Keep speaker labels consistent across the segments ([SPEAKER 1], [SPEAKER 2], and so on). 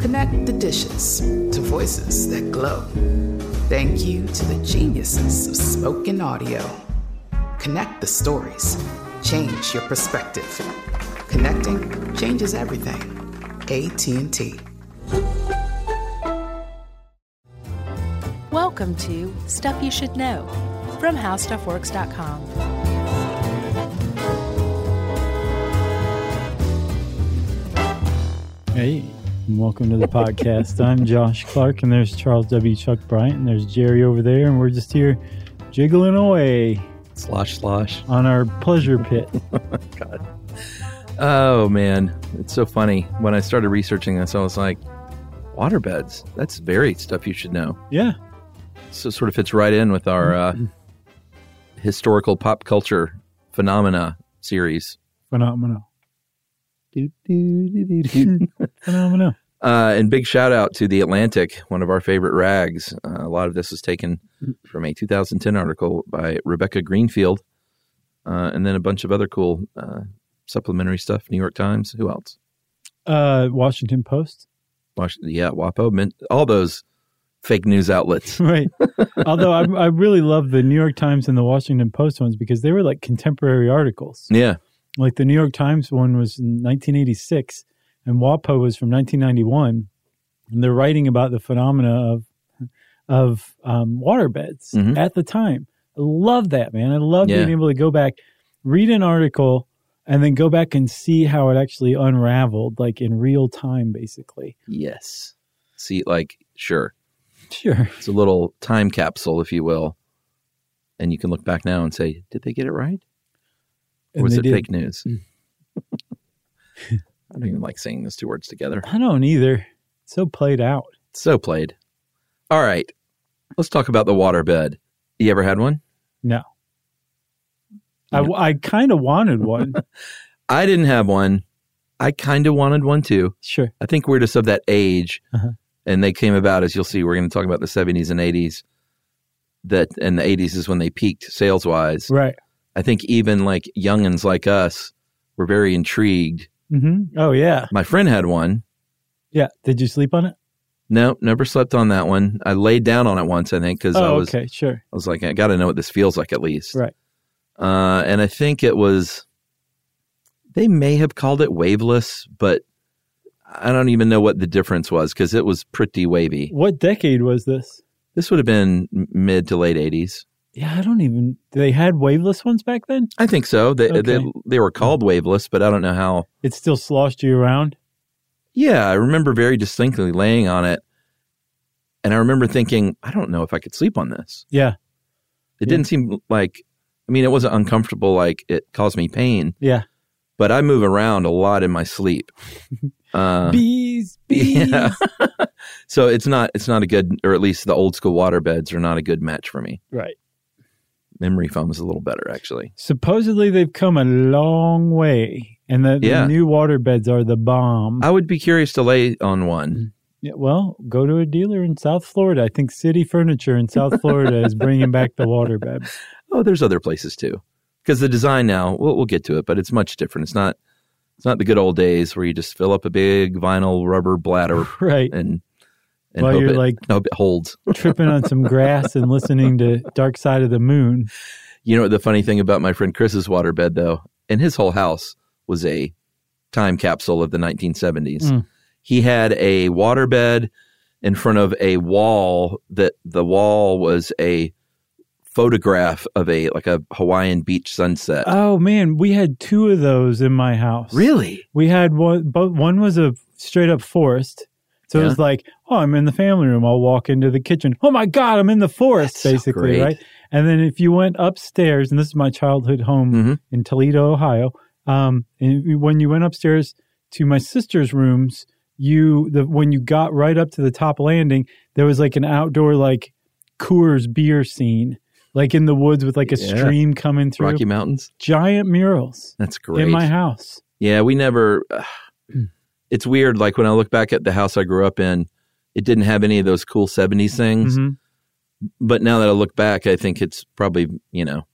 [SPEAKER 1] Connect the dishes to voices that glow. Thank you to the geniuses of spoken audio. Connect the stories. Change your perspective. Connecting changes everything. AT&T.
[SPEAKER 2] Welcome to Stuff You Should Know from HowStuffWorks.com.
[SPEAKER 3] Hey, and welcome to the podcast. I'm Josh Clark, and there's Charles W. Chuck Bryant, and there's Jerry over there, and we're just here jiggling away
[SPEAKER 4] Slosh, slosh.
[SPEAKER 3] on our pleasure pit.
[SPEAKER 4] Oh, man. It's so funny. When I started researching this, I was like, waterbeds. That's very stuff you should know.
[SPEAKER 3] Yeah,
[SPEAKER 4] So it sort of fits right in with our uh, historical pop culture phenomena series.
[SPEAKER 3] phenomenal.
[SPEAKER 4] Do, do, do, do, do.
[SPEAKER 3] Phenomenal.
[SPEAKER 4] Uh, and big shout out to The Atlantic, one of our favorite rags. Uh, a lot of this is taken from a 2010 article by Rebecca Greenfield, uh, and then a bunch of other cool uh, supplementary stuff. New York Times. Who else?
[SPEAKER 3] Uh, Washington Post.
[SPEAKER 4] Wash, yeah, WAPO. Mint, all those fake news outlets.
[SPEAKER 3] Right. Although I, I really love the New York Times and the Washington Post ones because they were like contemporary articles.
[SPEAKER 4] yeah.
[SPEAKER 3] Like the New York Times one was in 1986, and WAPO was from 1991, and they're writing about the phenomena of of um, waterbeds
[SPEAKER 4] Mhm.
[SPEAKER 3] at the time. I love that man. I love
[SPEAKER 4] Yeah.
[SPEAKER 3] being able to go back, read an article, and then go back and see how it actually unraveled, like in real time, basically.
[SPEAKER 4] Yes. See, like, sure.
[SPEAKER 3] Sure.
[SPEAKER 4] It's a little time capsule, if you will. And you can look back now and say, did they get it right? Or
[SPEAKER 3] And
[SPEAKER 4] was
[SPEAKER 3] they
[SPEAKER 4] it
[SPEAKER 3] did. Mm.
[SPEAKER 4] fake news? I don't even like saying those two words together.
[SPEAKER 3] I don't either. It's so played out.
[SPEAKER 4] So played. All right. Let's talk about the waterbed. You ever had one?
[SPEAKER 3] No. I,
[SPEAKER 4] Yeah.
[SPEAKER 3] I kind of wanted one.
[SPEAKER 4] I didn't have one. I kind of wanted one too.
[SPEAKER 3] sure.
[SPEAKER 4] I think we're just of that age,
[SPEAKER 3] Uh-huh.
[SPEAKER 4] and they came about as you'll see. We're going to talk about the seventies and eighties. That and the eighties is when they peaked sales wise.
[SPEAKER 3] Right.
[SPEAKER 4] I think even like youngins like us were very intrigued.
[SPEAKER 3] Mm-hmm. Oh, yeah.
[SPEAKER 4] My friend had one.
[SPEAKER 3] Yeah. Did you sleep on it?
[SPEAKER 4] No, never slept on that one. I laid down on it once, I think, because I
[SPEAKER 3] Oh,
[SPEAKER 4] was
[SPEAKER 3] okay. Sure.
[SPEAKER 4] I was like, I got to know what this feels like at least.
[SPEAKER 3] Right.
[SPEAKER 4] Uh, and I think it was, they may have called it waveless, but I don't even know what the difference was because it was pretty wavy.
[SPEAKER 3] What decade was this?
[SPEAKER 4] This would have been m- mid to late 80s.
[SPEAKER 3] Yeah, I don't even. They had waveless ones back then.
[SPEAKER 4] I think so. They, they,
[SPEAKER 3] Okay.
[SPEAKER 4] they were called waveless, but I don't know how.
[SPEAKER 3] It still sloshed you around.
[SPEAKER 4] Yeah, I remember very distinctly laying on it. And I remember thinking, I don't know if I could sleep on this.
[SPEAKER 3] Yeah, Yeah.
[SPEAKER 4] It didn't seem like, I mean, it wasn't uncomfortable, like it caused me pain.
[SPEAKER 3] yeah.
[SPEAKER 4] but I move around a lot in my sleep. Uh,
[SPEAKER 3] bees, bees.
[SPEAKER 4] yeah. so it's not it's not a good, or at least the old school waterbeds are not a good match for me.
[SPEAKER 3] Right.
[SPEAKER 4] Memory foam is a little better, actually.
[SPEAKER 3] Supposedly they've come a long way, and the, the
[SPEAKER 4] Yeah. Uh,
[SPEAKER 3] new water beds are the bomb.
[SPEAKER 4] I would be curious to lay on one.
[SPEAKER 3] Yeah, well, go to a dealer in South Florida. I think City Furniture in South Florida is bringing back the water bed.
[SPEAKER 4] Oh, there's other places too, because the design now we'll, we'll get to it, but it's much different. It's not it's not the good old days where you just fill up a big vinyl rubber bladder
[SPEAKER 3] Right,
[SPEAKER 4] and and
[SPEAKER 3] While
[SPEAKER 4] hope
[SPEAKER 3] you're
[SPEAKER 4] it,
[SPEAKER 3] like-
[SPEAKER 4] hope it holds.
[SPEAKER 3] tripping on some grass and listening to Dark Side of the Moon.
[SPEAKER 4] You know what the funny thing about my friend Chris's waterbed though, and his whole house was a time capsule of the 1970s.
[SPEAKER 3] Mm.
[SPEAKER 4] he had a waterbed in front of a wall that the wall was a photograph of a like a Hawaiian beach sunset.
[SPEAKER 3] Oh man, we had two of those in my house.
[SPEAKER 4] really?
[SPEAKER 3] We had one, but one was a straight up forest. So it was like, oh, I'm in the family room. I'll walk into the kitchen. Oh my God, I'm in the forest,
[SPEAKER 4] That's so
[SPEAKER 3] basically,
[SPEAKER 4] great.
[SPEAKER 3] right? And then if you went upstairs, and this is my childhood home
[SPEAKER 4] Mhm.
[SPEAKER 3] in Toledo, Ohio, um, and when you went upstairs to my sister's rooms, you the when you got right up to the top landing, there was like an outdoor like Coors beer scene, like in the woods with like a
[SPEAKER 4] Yeah.
[SPEAKER 3] stream coming through.
[SPEAKER 4] Rocky Mountains.
[SPEAKER 3] Giant murals
[SPEAKER 4] That's great.
[SPEAKER 3] in my house.
[SPEAKER 4] Yeah, we never.
[SPEAKER 3] Hmm.
[SPEAKER 4] it's weird. Like when I look back at the house I grew up in, it didn't have any of those cool '70s things.
[SPEAKER 3] Mhm.
[SPEAKER 4] But now that I look back, I think it's probably you know,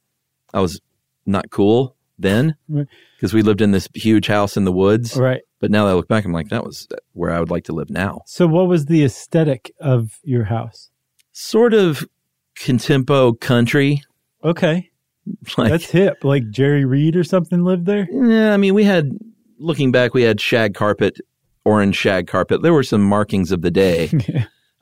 [SPEAKER 4] I was not cool then
[SPEAKER 3] Right.
[SPEAKER 4] because we lived in this huge house in the woods.
[SPEAKER 3] Right.
[SPEAKER 4] But now that I look back, I'm like, that was where I would like to live now.
[SPEAKER 3] So, what was the aesthetic of your house?
[SPEAKER 4] Sort of contempo country.
[SPEAKER 3] Okay,
[SPEAKER 4] Like,
[SPEAKER 3] that's hip. Like Jerry Reed or something lived there.
[SPEAKER 4] Yeah, I mean, we had looking back, we had shag carpet, orange shag carpet. There were some markings of the day,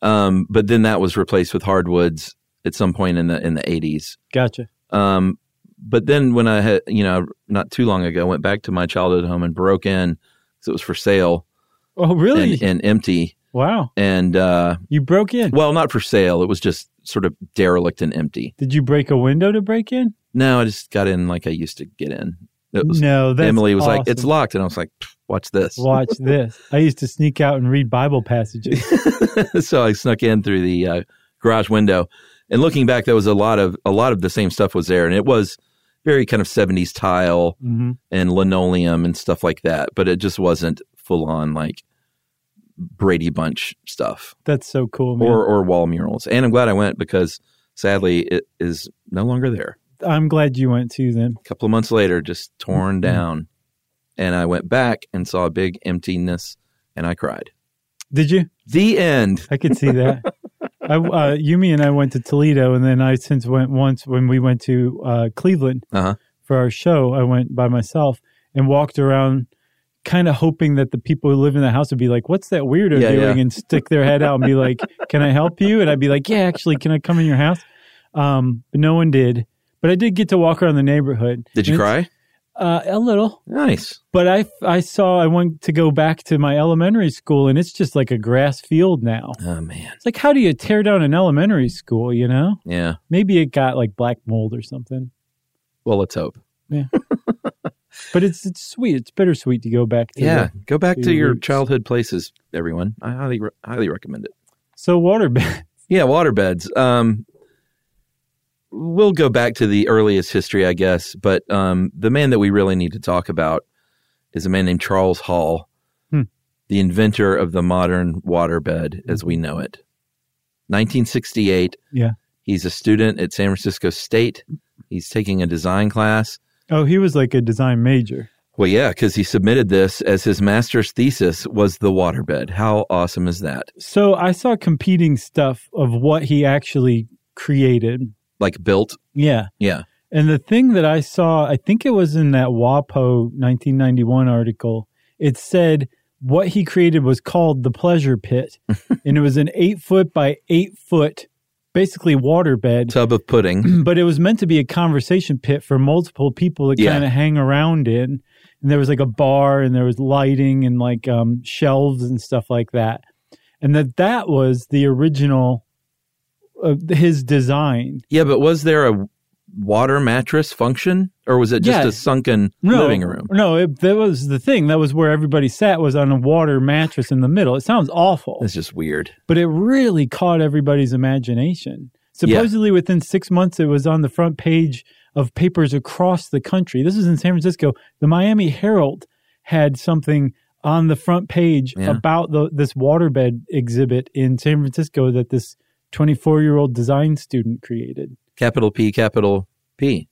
[SPEAKER 4] um, but then that was replaced with hardwoods at some point in the in the eighties.
[SPEAKER 3] Gotcha.
[SPEAKER 4] Um, but then when I had, you know, not too long ago, I went back to my childhood home and broke in because it was for sale
[SPEAKER 3] Oh, really?
[SPEAKER 4] and, and empty.
[SPEAKER 3] wow.
[SPEAKER 4] And uh,
[SPEAKER 3] You broke in.
[SPEAKER 4] well, not for sale. It was just sort of derelict and empty.
[SPEAKER 3] Did you break a window to break in?
[SPEAKER 4] No, I just got in like I used to get in. It was,
[SPEAKER 3] no. That's
[SPEAKER 4] Emily was like, "It's
[SPEAKER 3] awesome.
[SPEAKER 4] locked," and I was like, "Pff, "Watch this."
[SPEAKER 3] Watch this. I used to sneak out and read Bible passages.
[SPEAKER 4] so I snuck in through the uh, garage window. And looking back, there was a lot of a lot of the same stuff was there, and it was very kind of seventies tile
[SPEAKER 3] Mhm.
[SPEAKER 4] and linoleum and stuff like that. But it just wasn't full on like Brady Bunch stuff
[SPEAKER 3] That's so cool, man.
[SPEAKER 4] or or wall murals. And I'm glad I went because sadly it is no longer there.
[SPEAKER 3] I'm glad you went too. Then
[SPEAKER 4] A couple of months later, just torn down, and I went back and saw a big emptiness, and I cried.
[SPEAKER 3] did you?
[SPEAKER 4] The end.
[SPEAKER 3] I could see that. I, uh, Yumi and I went to Toledo, and then I since went once when we went to uh, Cleveland
[SPEAKER 4] Uh-huh.
[SPEAKER 3] for our show. I went by myself and walked around, kind of hoping that the people who live in the house would be like, "What's that weirdo
[SPEAKER 4] Yeah,
[SPEAKER 3] doing?"
[SPEAKER 4] yeah.
[SPEAKER 3] and stick their head out and be like, "Can I help you?" And I'd be like, "Yeah, actually, can I come in your house?" Um, but no one did. But I did get to walk around the neighborhood.
[SPEAKER 4] Did
[SPEAKER 3] And
[SPEAKER 4] you
[SPEAKER 3] it's-
[SPEAKER 4] cry?
[SPEAKER 3] Uh, a little
[SPEAKER 4] Nice.
[SPEAKER 3] but I, I saw I went to go back to my elementary school and it's just like a grass field now.
[SPEAKER 4] Oh man.
[SPEAKER 3] It's like how do you tear down an elementary school, you know?
[SPEAKER 4] Yeah.
[SPEAKER 3] Maybe it got like black mold or something.
[SPEAKER 4] Well, let's hope.
[SPEAKER 3] But it's it's sweet. It's bittersweet to go back to.
[SPEAKER 4] Yeah,
[SPEAKER 3] the-
[SPEAKER 4] go back
[SPEAKER 3] to
[SPEAKER 4] to your
[SPEAKER 3] roots.
[SPEAKER 4] childhood places, everyone. I highly re- highly recommend it.
[SPEAKER 3] So waterbed.
[SPEAKER 4] Yeah, waterbeds. Um, we'll go back to the earliest history, I guess. But um, the man that we really need to talk about is a man named Charles Hall,
[SPEAKER 3] Hmm.
[SPEAKER 4] the inventor of the modern waterbed as we know it. 1968.
[SPEAKER 3] Yeah.
[SPEAKER 4] He's a student at San Francisco State. He's taking a design class.
[SPEAKER 3] Oh, he was like a design major.
[SPEAKER 4] Well, yeah, because he submitted this as his master's thesis was the waterbed. How awesome is that?
[SPEAKER 3] So I saw competing stuff of what he actually created.
[SPEAKER 4] Like built,
[SPEAKER 3] Yeah.
[SPEAKER 4] yeah,
[SPEAKER 3] And the thing that I saw, I think it was in that WAPO 1991 article, it said what he created was called the pleasure pit. and it was an eight foot by eight foot, basically waterbed.
[SPEAKER 4] tub of pudding.
[SPEAKER 3] but it was meant to be a conversation pit for multiple people to
[SPEAKER 4] Yeah.
[SPEAKER 3] kind of hang around in. And there was like a bar and there was lighting and like um, shelves and stuff like that. And that that was the original, uh, his design.
[SPEAKER 4] yeah, but was there a water mattress function, or was it just
[SPEAKER 3] Yeah.
[SPEAKER 4] a sunken living room?
[SPEAKER 3] No, it, that was the thing. That was where everybody sat was on a water mattress in the middle. It sounds awful,
[SPEAKER 4] It's just weird.
[SPEAKER 3] but it really caught everybody's imagination. Supposedly, within six months, it was on the front page of papers across the country. This is in San Francisco. The Miami Herald had something on the front page
[SPEAKER 4] Yeah.
[SPEAKER 3] about the, this waterbed exhibit in San Francisco that this 24 year old design student created.
[SPEAKER 4] Capital P, capital P.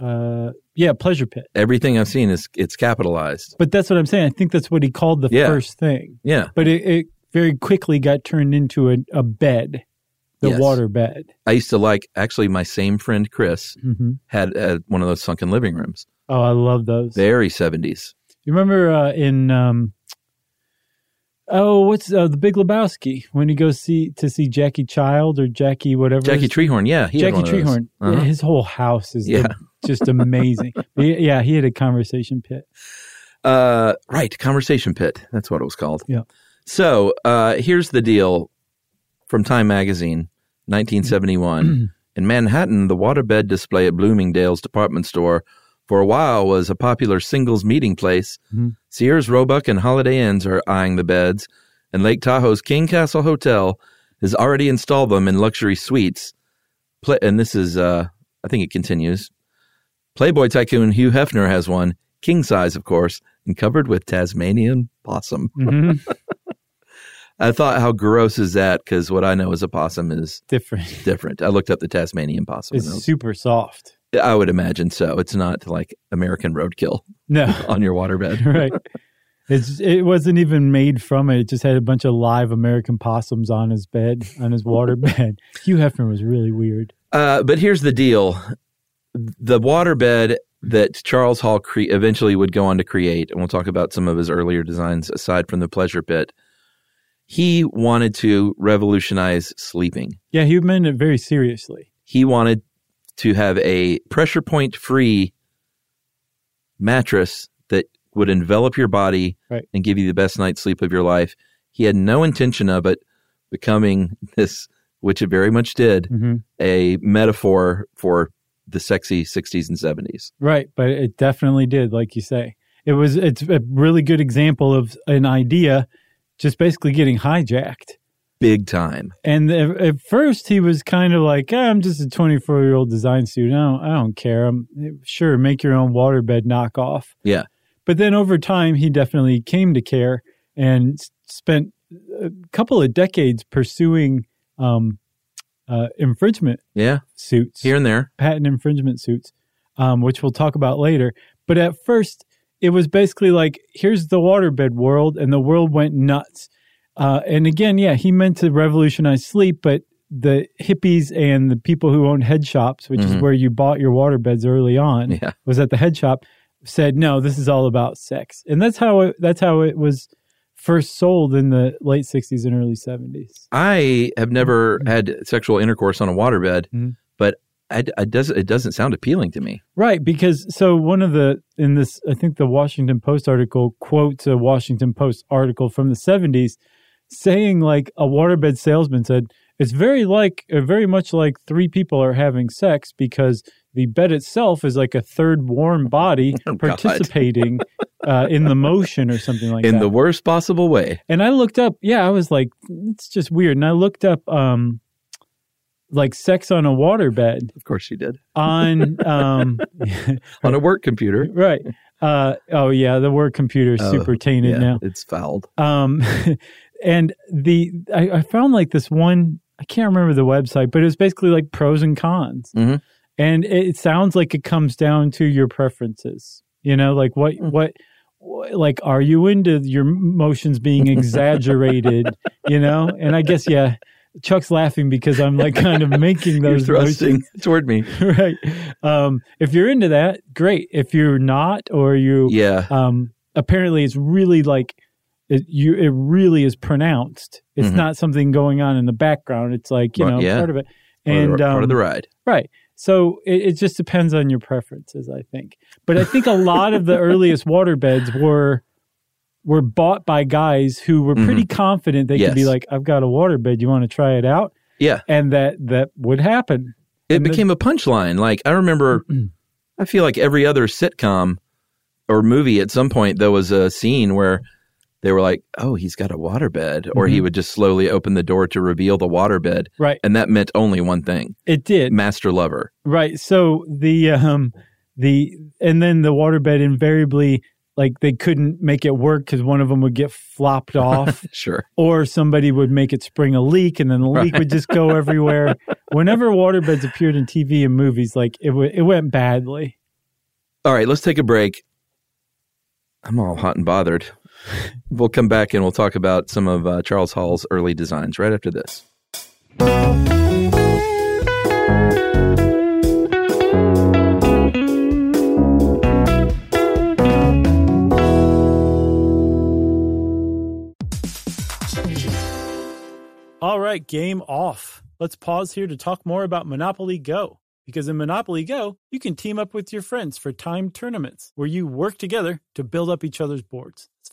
[SPEAKER 3] Uh, yeah, pleasure pit.
[SPEAKER 4] Everything I've seen is it's capitalized.
[SPEAKER 3] But that's what I'm saying. I think that's what he called the
[SPEAKER 4] Yeah.
[SPEAKER 3] first thing.
[SPEAKER 4] Yeah,
[SPEAKER 3] but it, it very quickly got turned into a, a bed, the
[SPEAKER 4] Yes.
[SPEAKER 3] water bed.
[SPEAKER 4] I used to like actually my same friend Chris
[SPEAKER 3] Mm-hmm.
[SPEAKER 4] had, had one of those sunken living rooms.
[SPEAKER 3] Oh, I love those.
[SPEAKER 4] Very seventies.
[SPEAKER 3] You remember uh, in um, Oh, what's uh, the Big Lebowski when he goes see to see Jackie Child or Jackie whatever?
[SPEAKER 4] Jackie
[SPEAKER 3] his-
[SPEAKER 4] Treehorn, yeah, he
[SPEAKER 3] Jackie
[SPEAKER 4] had one of those.
[SPEAKER 3] Treehorn.
[SPEAKER 4] Uh-huh.
[SPEAKER 3] His whole house is
[SPEAKER 4] Yeah.
[SPEAKER 3] the- just amazing. He- yeah, he had a conversation pit.
[SPEAKER 4] Uh, right, conversation pit. That's what it was called.
[SPEAKER 3] Yeah.
[SPEAKER 4] So uh, here's the deal from Time Magazine, 1971. In Manhattan, the waterbed display at Bloomingdale's department store for a while was a popular singles meeting place. Sears, Roebuck, and Holiday Inns are eyeing the beds, and Lake Tahoe's King Castle Hotel has already installed them in luxury suites. Pla- and this is, uh, I think it continues. Playboy tycoon Hugh Hefner has one, king size, of course, and covered with Tasmanian possum.
[SPEAKER 3] Mhm.
[SPEAKER 4] I thought, how gross is that? Because what I know is a possum is
[SPEAKER 3] Different.
[SPEAKER 4] different. I looked up the Tasmanian possum. and I,
[SPEAKER 3] It's super soft.
[SPEAKER 4] was- I would imagine so. It's not like American roadkill
[SPEAKER 3] No,
[SPEAKER 4] on your waterbed.
[SPEAKER 3] right. It's it wasn't even made from it. It just had a bunch of live American possums on his bed, on his water bed. Hugh Hefner was really weird.
[SPEAKER 4] Uh, but here's the deal: the waterbed that Charles Hall cre- eventually would go on to create, and we'll talk about some of his earlier designs aside from the pleasure pit. He wanted to revolutionize sleeping.
[SPEAKER 3] Yeah, he meant it very seriously.
[SPEAKER 4] He wanted to have a pressure point free mattress that would envelop your body
[SPEAKER 3] Right.
[SPEAKER 4] and give you the best night's sleep of your life. He had no intention of it becoming this, which it very much did,
[SPEAKER 3] hmm
[SPEAKER 4] a metaphor for the sexy 60s and 70s.
[SPEAKER 3] Right, but it definitely did, like you say. It was it's a really good example of an idea just basically getting hijacked.
[SPEAKER 4] Big time.
[SPEAKER 3] And at at first, he was kind of like, "Ah, "I'm just a 24 year old design student. I don't, I don't care. I'm sure make your own waterbed knockoff."
[SPEAKER 4] Yeah.
[SPEAKER 3] But then over time, he definitely came to care and s- spent a couple of decades pursuing um, uh, infringement
[SPEAKER 4] Yeah.
[SPEAKER 3] suits
[SPEAKER 4] Here and there.
[SPEAKER 3] patent infringement suits, um, which we'll talk about later. But at first, it was basically like, here's the waterbed world, and the world went nuts. Uh, and again, yeah, he meant to revolutionize sleep, but the hippies and the people who owned head shops, which is
[SPEAKER 4] Mhm.
[SPEAKER 3] where you bought your waterbeds early on,
[SPEAKER 4] Yeah.
[SPEAKER 3] was at the head shop, said, no, this is all about sex, and that's how it, that's how it was first sold in the late '60s and early '70s.
[SPEAKER 4] I have never had sexual intercourse on a waterbed,
[SPEAKER 3] Mhm.
[SPEAKER 4] but I, I does, it doesn't sound appealing to me.
[SPEAKER 3] Right, because so one of the in this I think the Washington Post article quotes a Washington Post article from the 70s saying like a waterbed salesman said it's very like uh, very much like three people are having sex because the bed itself is like a third warm body
[SPEAKER 4] Oh, God.
[SPEAKER 3] participating uh, in the motion or something like
[SPEAKER 4] In
[SPEAKER 3] that.
[SPEAKER 4] the worst possible way.
[SPEAKER 3] And I looked up, yeah, I was like, it's just weird. And I looked up um like sex on a waterbed
[SPEAKER 4] Of course you did.
[SPEAKER 3] on um
[SPEAKER 4] On a work computer.
[SPEAKER 3] right. Uh, oh yeah, the word computer is
[SPEAKER 4] Oh,
[SPEAKER 3] super tainted
[SPEAKER 4] Yeah, It's fouled.
[SPEAKER 3] now. Um, and the I, I found like this one. I can't remember the website, but it was basically like pros and cons,
[SPEAKER 4] Mhm.
[SPEAKER 3] and it, it sounds like it comes down to your preferences. You know, like what
[SPEAKER 4] Mm.
[SPEAKER 3] what. wh- Like, are you into your motions being exaggerated? you know, and I guess yeah. Chuck's laughing because I'm like kind of making
[SPEAKER 4] You're
[SPEAKER 3] those motions
[SPEAKER 4] thrusting toward me.
[SPEAKER 3] right. Um, if you're into that, great. If you're not, or you,
[SPEAKER 4] Yeah.
[SPEAKER 3] um, apparently it's really like it, you, it really is pronounced. It's
[SPEAKER 4] Mhm.
[SPEAKER 3] not something going on in the background. It's like you
[SPEAKER 4] Right,
[SPEAKER 3] know
[SPEAKER 4] yeah.
[SPEAKER 3] part of it,
[SPEAKER 4] Part of
[SPEAKER 3] and
[SPEAKER 4] the- part of the
[SPEAKER 3] um,
[SPEAKER 4] ride.
[SPEAKER 3] right. So it, it just depends on your preferences, I think. But I think a lot of the earliest waterbeds were were bought by guys who were pretty confident they could be
[SPEAKER 4] Mm-hmm. Yes.
[SPEAKER 3] like, "I've got a waterbed. You want to try it out?"
[SPEAKER 4] Yeah.
[SPEAKER 3] And that that would happen.
[SPEAKER 4] it
[SPEAKER 3] And the-
[SPEAKER 4] became a punchline. Like I remember, I feel like every other sitcom or movie at some point there was a scene where they were like, "Oh, he's got a waterbed," or
[SPEAKER 3] Mm-hmm.
[SPEAKER 4] he would just slowly open the door to reveal the waterbed,
[SPEAKER 3] Right.
[SPEAKER 4] and that meant only one thing:
[SPEAKER 3] It did.
[SPEAKER 4] master lover.
[SPEAKER 3] Right. So the um the and then the waterbed invariably like they couldn't make it work because one of them would get flopped off
[SPEAKER 4] Sure,
[SPEAKER 3] or somebody would make it spring a leak and then the leak would just go everywhere whenever waterbeds appeared in tv and movies like it, w- it went badly
[SPEAKER 4] All right, let's take a break. I'm all hot and bothered. we'll come back and we'll talk about some of uh, Charles Hall's early designs right after this.
[SPEAKER 3] All right, game off. Let's pause here to talk more about Monopoly Go. Because in Monopoly Go, you can team up with your friends for timed tournaments where you work together to build up each other's boards. It's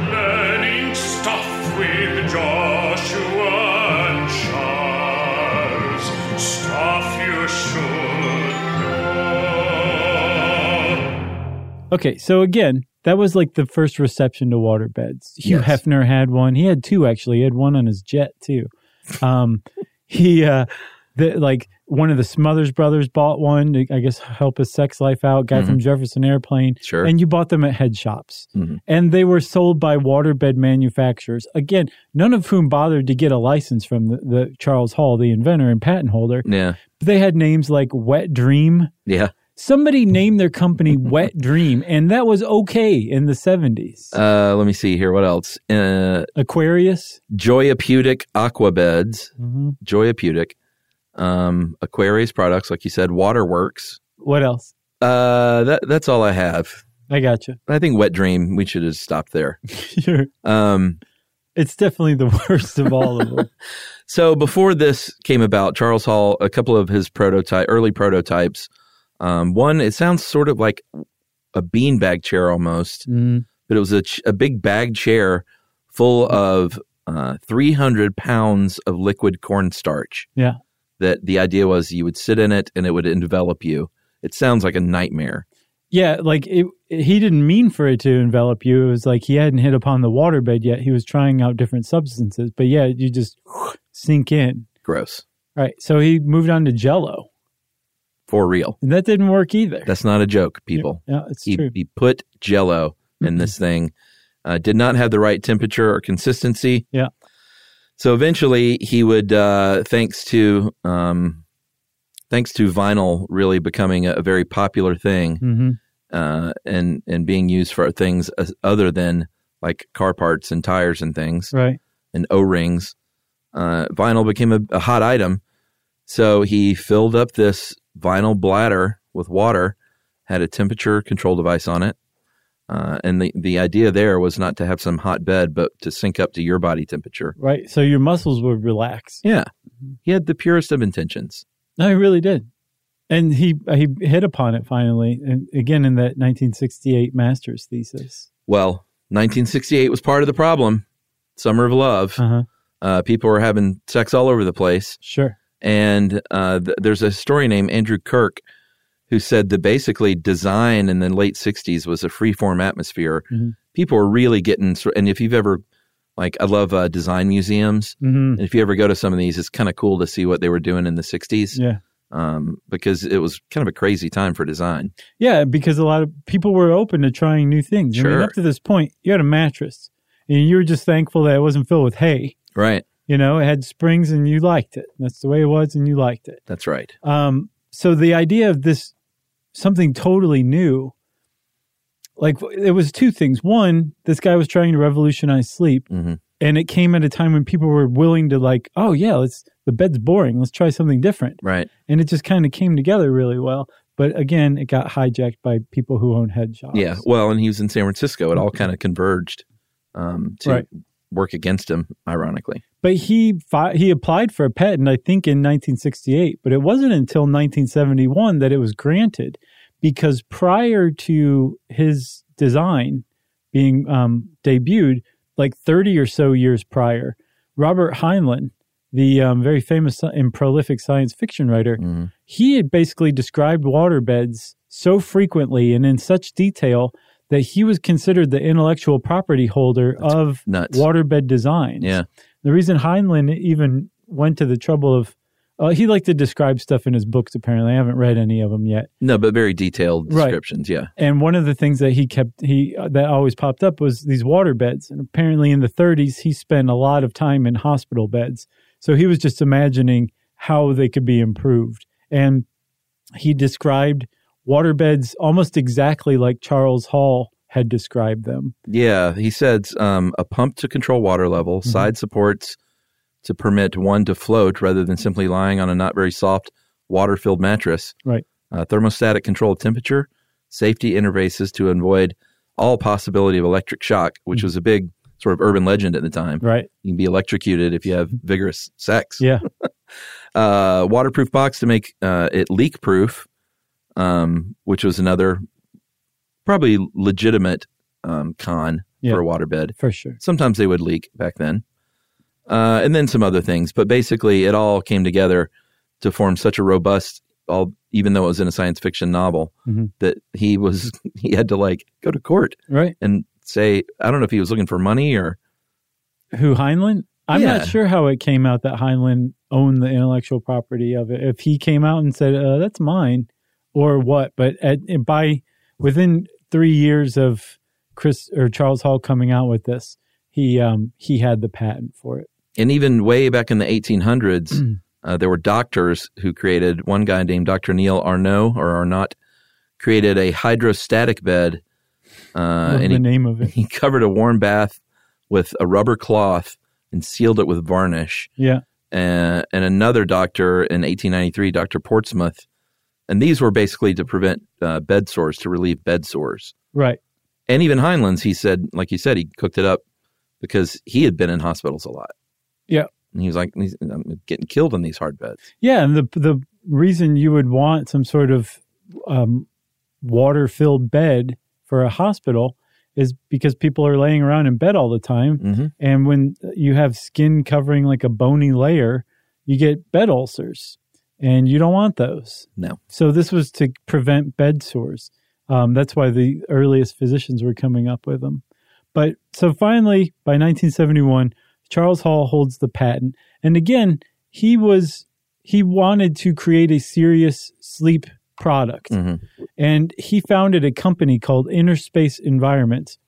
[SPEAKER 5] Learning stuff with Joshua and Charles. Stuff you should know.
[SPEAKER 3] Okay, so again, that was like the first reception to waterbeds. Hugh
[SPEAKER 4] Yes.
[SPEAKER 3] Hefner had one. He had two actually. He had one on his jet too. Um, he uh, the, like one of the Smothers brothers bought one. To, I guess help his sex life out. Guy from Jefferson Airplane.
[SPEAKER 4] Mm-hmm. Sure. Mm-hmm.
[SPEAKER 3] And you bought them at head shops, and they were sold by waterbed manufacturers. Again, none of whom bothered to get a license from the, the Charles Hall, the inventor and patent holder.
[SPEAKER 4] Yeah.
[SPEAKER 3] They had names like Wet Dream
[SPEAKER 4] Yeah.
[SPEAKER 3] somebody named their company Wet Dream, and that was okay in the 70s.
[SPEAKER 4] Uh, let me see here. What else? Uh,
[SPEAKER 3] Aquarius,
[SPEAKER 4] Joyapeutic Aquabeds. Joyapeutic. Um, Aquarius products, like you said, Waterworks.
[SPEAKER 3] what else?
[SPEAKER 4] Uh, that, that's all I have.
[SPEAKER 3] I gotcha.
[SPEAKER 4] I think Wet Dream, we should have stopped there.
[SPEAKER 3] You're,
[SPEAKER 4] Um,
[SPEAKER 3] it's definitely the worst of all of them.
[SPEAKER 4] So before this came about, Charles Hall, a couple of his prototype, early prototypes. Um, one, it sounds sort of like a beanbag chair almost,
[SPEAKER 3] Mm.
[SPEAKER 4] but it was a, ch- a big bag chair full of uh, 300 pounds of liquid cornstarch.
[SPEAKER 3] Yeah.
[SPEAKER 4] That the idea was you would sit in it and it would envelop you. It sounds like a nightmare.
[SPEAKER 3] Yeah, like it, he didn't mean for it to envelop you. It was like he hadn't hit upon the waterbed yet. He was trying out different substances, but yeah, you just sink in.
[SPEAKER 4] Gross.
[SPEAKER 3] All right, so he moved on to Jello,
[SPEAKER 4] For real.
[SPEAKER 3] and that didn't work either.
[SPEAKER 4] That's not a joke, people.
[SPEAKER 3] yeah, it's
[SPEAKER 4] he,
[SPEAKER 3] true. Mm-hmm.
[SPEAKER 4] he put jello in this thing uh, did not have the right temperature or consistency
[SPEAKER 3] Yeah.
[SPEAKER 4] so eventually he would uh, thanks to um, thanks to vinyl really becoming a, a very popular thing
[SPEAKER 3] hmm
[SPEAKER 4] uh, and and being used for things as, other than like car parts and tires and things
[SPEAKER 3] Right.
[SPEAKER 4] and O-rings. Uh, vinyl became a, a hot item, so he filled up this vinyl bladder with water, had a temperature control device on it, uh, and the the idea there was not to have some hot bed, but to sink up to your body temperature.
[SPEAKER 3] Right. So your muscles would relax.
[SPEAKER 4] Yeah, he had the purest of intentions.
[SPEAKER 3] No, he really did. And he uh, he hit upon it finally, and again in that 1968 master's thesis.
[SPEAKER 4] Well, 1968 was part of the problem. Summer of Love.
[SPEAKER 3] Uh huh.
[SPEAKER 4] Uh, people were having sex all over the place.
[SPEAKER 3] Sure.
[SPEAKER 4] And uh, th- there's a story named Andrew Kirk who said that basically design in the late 60s was a free form atmosphere.
[SPEAKER 3] Mhm.
[SPEAKER 4] People were really getting, sor- and if you've ever, like, I love uh, design museums.
[SPEAKER 3] hmm
[SPEAKER 4] And if you ever go to some of these, it's kind of cool to see what they were doing in the 60s
[SPEAKER 3] Yeah.
[SPEAKER 4] um, because it was kind of a crazy time for design.
[SPEAKER 3] Yeah, because a lot of people were open to trying new things. I mean,
[SPEAKER 4] Sure.
[SPEAKER 3] up to this point, you had a mattress, and you were just thankful that it wasn't filled with hay.
[SPEAKER 4] Right.
[SPEAKER 3] You know, it had springs, and you liked it. That's the way it was, and you liked it.
[SPEAKER 4] That's right.
[SPEAKER 3] Um, so the idea of this something totally new, like it was two things. One, this guy was trying to revolutionize sleep,
[SPEAKER 4] Mhm.
[SPEAKER 3] and it came at a time when people were willing to like, oh yeah, let's the bed's boring, let's try something different,
[SPEAKER 4] Right.
[SPEAKER 3] and it just kind of came together really well. But again, it got hijacked by people who own head shops.
[SPEAKER 4] Yeah. Well, and he was in San Francisco. It all kind of converged um, to
[SPEAKER 3] Mm-hmm. Right.
[SPEAKER 4] work against him, ironically.
[SPEAKER 3] But he fi- he applied for a patent, I think, in 1968. But it wasn't until 1971 that it was granted, because prior to his design being um, debuted, like 30 or so years prior, Robert Heinlein, the um, very famous sci- and prolific science fiction writer,
[SPEAKER 4] Mm-hmm.
[SPEAKER 3] he had basically described waterbeds so frequently and in such detail that he was considered the intellectual property holder of
[SPEAKER 4] nuts.
[SPEAKER 3] waterbed design.
[SPEAKER 4] Yeah.
[SPEAKER 3] The reason Heinlein even went to the trouble of, uh, he liked to describe stuff in his books, apparently. I haven't read any of them yet.
[SPEAKER 4] No, but very detailed
[SPEAKER 3] Right.
[SPEAKER 4] descriptions. Yeah.
[SPEAKER 3] And one of the things that he kept, he uh, that always popped up was these water beds. And apparently in the 30s, he spent a lot of time in hospital beds. So he was just imagining how they could be improved. And he described water beds almost exactly like Charles Hall had described them.
[SPEAKER 4] Yeah. He said um, a pump to control water level,
[SPEAKER 3] Mm-hmm.
[SPEAKER 4] side supports to permit one to float rather than simply lying on a not very soft water filled mattress,
[SPEAKER 3] Right.
[SPEAKER 4] uh, thermostatic control of temperature, safety interfaces to avoid all possibility of electric shock, which was a big sort of urban legend at the time.
[SPEAKER 3] Mm-hmm. Right. Mm-hmm.
[SPEAKER 4] You can be electrocuted if you have vigorous sex.
[SPEAKER 3] Yeah.
[SPEAKER 4] uh, waterproof box to make uh, it leak proof, um, which was another probably legitimate um, con
[SPEAKER 3] Yeah.
[SPEAKER 4] for a waterbed.
[SPEAKER 3] For sure.
[SPEAKER 4] Sometimes they would leak back then, uh, and then some other things. But basically, it all came together to form such a robust. All even though it was in a science fiction novel,
[SPEAKER 3] Mhm.
[SPEAKER 4] that he was he had to like go to court
[SPEAKER 3] Right.
[SPEAKER 4] and say I don't know if he was looking for money or
[SPEAKER 3] Who Heinlein? I'm
[SPEAKER 4] Yeah.
[SPEAKER 3] not sure how it came out that Heinlein owned the intellectual property of it. If he came out and said, uh, "That's mine," or what? But at, by within three years of Chris or Charles Hall coming out with this, he um, he had the patent for it.
[SPEAKER 4] and even way back in the
[SPEAKER 3] Mm.
[SPEAKER 4] 1800s, uh, there were doctors who created one guy named Dr. Neil Arnault or Arnott created a hydrostatic bed, uh,
[SPEAKER 3] Love
[SPEAKER 4] and
[SPEAKER 3] the
[SPEAKER 4] he,
[SPEAKER 3] name of it,
[SPEAKER 4] he covered a warm bath with a rubber cloth and sealed it with varnish.
[SPEAKER 3] yeah,
[SPEAKER 4] Uh, and another doctor in 1893, Dr. Portsmouth, and these were basically to prevent uh, bed sores, to relieve bed sores
[SPEAKER 3] right,
[SPEAKER 4] and even Heinlein's, he said, like you said, he cooked it up because he had been in hospitals a lot.
[SPEAKER 3] Yeah.
[SPEAKER 4] And he was like, "These- I'm getting killed in these hard beds.
[SPEAKER 3] yeah. And the the reason you would want some sort of um, water filled bed for a hospital is because people are laying around in bed all the time.
[SPEAKER 4] Mm-hmm.
[SPEAKER 3] And when you have skin covering like a bony layer, you get bed ulcers, and you don't want those.
[SPEAKER 4] No.
[SPEAKER 3] So this was to prevent bed sores. Um, that's why the earliest physicians were coming up with them. But so finally, by 1971, Charles Hall holds the patent, and again, he was he wanted to create a serious sleep product,
[SPEAKER 4] Mhm.
[SPEAKER 3] and he founded a company called Interspace Environments,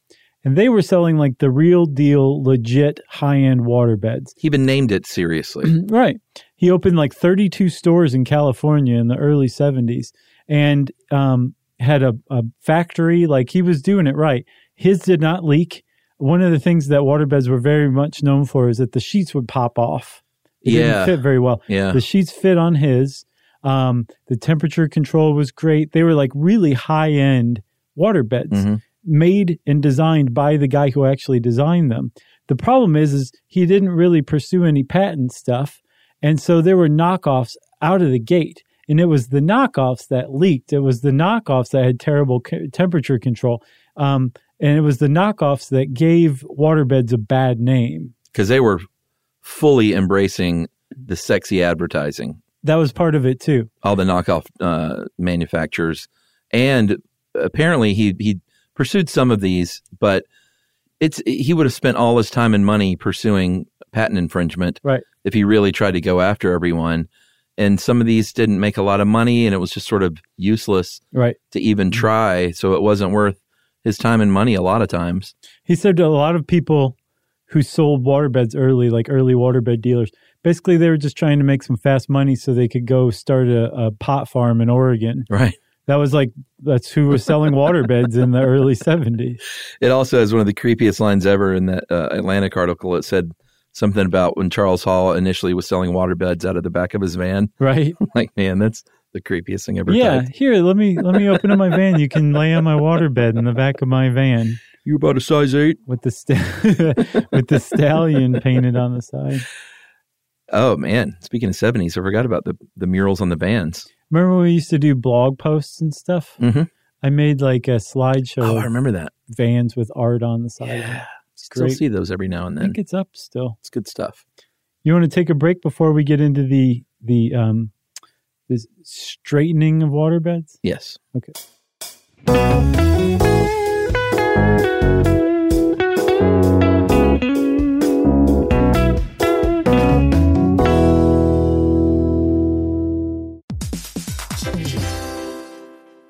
[SPEAKER 3] and they were selling like the real deal, legit high end water beds.
[SPEAKER 4] He even named it seriously.
[SPEAKER 3] Right. He opened like 32 stores in California in the early 70s and um, had a, a factory. Like he was doing it right. His did not leak. One of the things that waterbeds were very much known for is that the sheets would pop off. It
[SPEAKER 4] Yeah.
[SPEAKER 3] didn't fit very well.
[SPEAKER 4] Yeah.
[SPEAKER 3] The sheets fit on his. Um, the temperature control was great. They were like really high end waterbeds
[SPEAKER 4] Mhm.
[SPEAKER 3] made and designed by the guy who actually designed them. The problem is, is he didn't really pursue any patent stuff, and so there were knockoffs out of the gate. And it was the knockoffs that leaked. It was the knockoffs that had terrible c- temperature control, um, and it was the knockoffs that gave waterbeds a bad name.
[SPEAKER 4] Because they were fully embracing the sexy advertising,
[SPEAKER 3] That was part of it too.
[SPEAKER 4] all the knockoff uh, manufacturers. And apparently he, he pursued some of these, but it's he would have spent all his time and money pursuing patent infringement
[SPEAKER 3] Right.
[SPEAKER 4] if he really tried to go after everyone. And some of these didn't make a lot of money and it was just sort of useless
[SPEAKER 3] Right.
[SPEAKER 4] to even try. So it wasn't worth his time and money a lot of times.
[SPEAKER 3] He said to a lot of people who sold waterbeds early, like early waterbed dealers, basically they were just trying to make some fast money so they could go start a, a pot farm in Oregon.
[SPEAKER 4] Right.
[SPEAKER 3] That was like that's who was selling waterbeds in the early seventies.
[SPEAKER 4] It also has one of the creepiest lines ever in that uh, Atlantic article. It said something about when Charles Hall initially was selling waterbeds out of the back of his van.
[SPEAKER 3] Right.
[SPEAKER 4] Like, man, that's the creepiest thing ever.
[SPEAKER 3] Yeah.
[SPEAKER 4] typed.
[SPEAKER 3] Here, let me let me open up my van. You can lay on my waterbed in the back of my van.
[SPEAKER 4] You about a size eight?
[SPEAKER 3] with the sta- with the stallion painted on the side.
[SPEAKER 4] Oh man! Speaking of seventies, I forgot about the the murals on the bands.
[SPEAKER 3] Remember when we used to do blog posts and stuff?
[SPEAKER 4] Mhm.
[SPEAKER 3] I made like a slideshow
[SPEAKER 4] Oh, I
[SPEAKER 3] of
[SPEAKER 4] remember that.
[SPEAKER 3] vans with art on the side. of it.
[SPEAKER 4] Yeah,
[SPEAKER 3] It's
[SPEAKER 4] still
[SPEAKER 3] great.
[SPEAKER 4] see those every now and
[SPEAKER 3] I
[SPEAKER 4] then.
[SPEAKER 3] think it's up still.
[SPEAKER 4] It's good stuff.
[SPEAKER 3] You want to take a break before we get into the the um the straightening of waterbeds?
[SPEAKER 4] Yes.
[SPEAKER 3] Okay.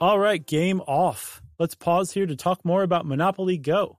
[SPEAKER 3] All right, game off. Let's pause here to talk more about Monopoly Go.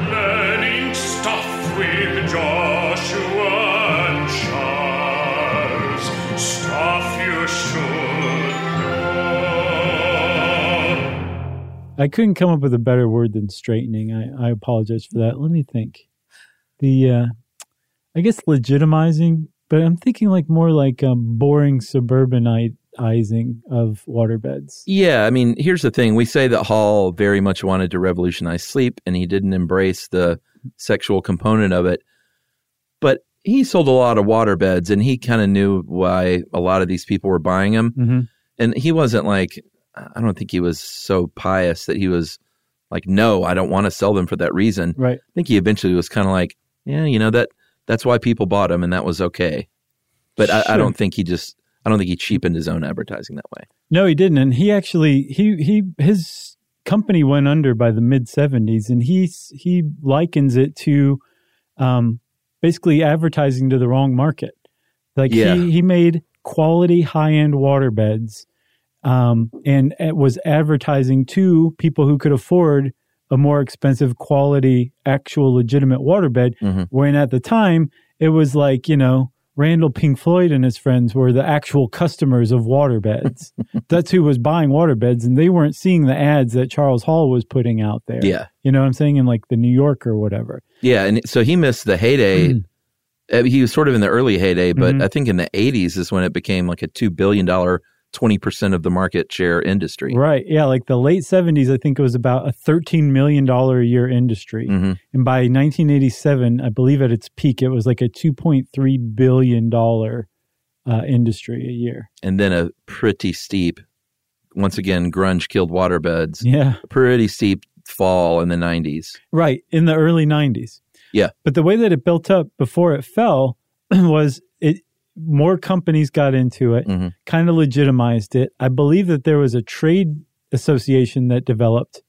[SPEAKER 5] Learning stuff with Joshua and Charles. Stuff you should know.
[SPEAKER 3] I couldn't come up with a better word than straightening. I, I apologize for that. Let me think. The, uh, I guess legitimizing, but I'm thinking like more like um, boring suburbanizing of waterbeds.
[SPEAKER 4] Yeah, I mean, here's the thing. We say that Hall very much wanted to revolutionize sleep and he didn't embrace the sexual component of it. But he sold a lot of waterbeds and he kind of knew why a lot of these people were buying them.
[SPEAKER 3] Mm-hmm.
[SPEAKER 4] And he wasn't like, I don't think he was so pious that he was like, no, I don't want to sell them for that reason.
[SPEAKER 3] Right.
[SPEAKER 4] I think he eventually was kind of like, yeah, you know, that that's why people bought them and that was okay. But I, I
[SPEAKER 3] Sure.
[SPEAKER 4] don't think he just, I don't think he cheapened his own advertising that way.
[SPEAKER 3] No, he didn't. And he actually he he his company went under by the mid seventies, and he s- he likens it to um, basically advertising to the wrong market. Like
[SPEAKER 4] Yeah.
[SPEAKER 3] he he made quality high end waterbeds, um, and it was advertising to people who could afford a more expensive quality actual legitimate waterbed.
[SPEAKER 4] Mhm.
[SPEAKER 3] When at the time it was like you know. Randall Pink Floyd and his friends were the actual customers of waterbeds. That's who was buying waterbeds, and they weren't seeing the ads that Charles Hall was putting out there.
[SPEAKER 4] Yeah.
[SPEAKER 3] You know what I'm saying? In like the New York or whatever.
[SPEAKER 4] Yeah, and so he missed the heyday.
[SPEAKER 3] Mm-hmm.
[SPEAKER 4] Uh, He was sort of in the early heyday, but
[SPEAKER 3] Mhm.
[SPEAKER 4] I think in the '80s is when it became like a two billion dollar, twenty percent of the market share industry.
[SPEAKER 3] Right. Yeah. Like the late 70s, I think it was about a $13 million a year industry.
[SPEAKER 4] Mhm.
[SPEAKER 3] And by 1987, I believe at its peak, it was like a $2.3 billion uh, industry a year.
[SPEAKER 4] And then a pretty steep, once again, grunge killed waterbeds.
[SPEAKER 3] Yeah.
[SPEAKER 4] A pretty steep fall in the '90s.
[SPEAKER 3] Right, in the early 90s.
[SPEAKER 4] Yeah.
[SPEAKER 3] But the way that it built up before it fell was it more companies got into it,
[SPEAKER 4] Mhm.
[SPEAKER 3] kind of legitimized it. I believe that there was a trade association that developed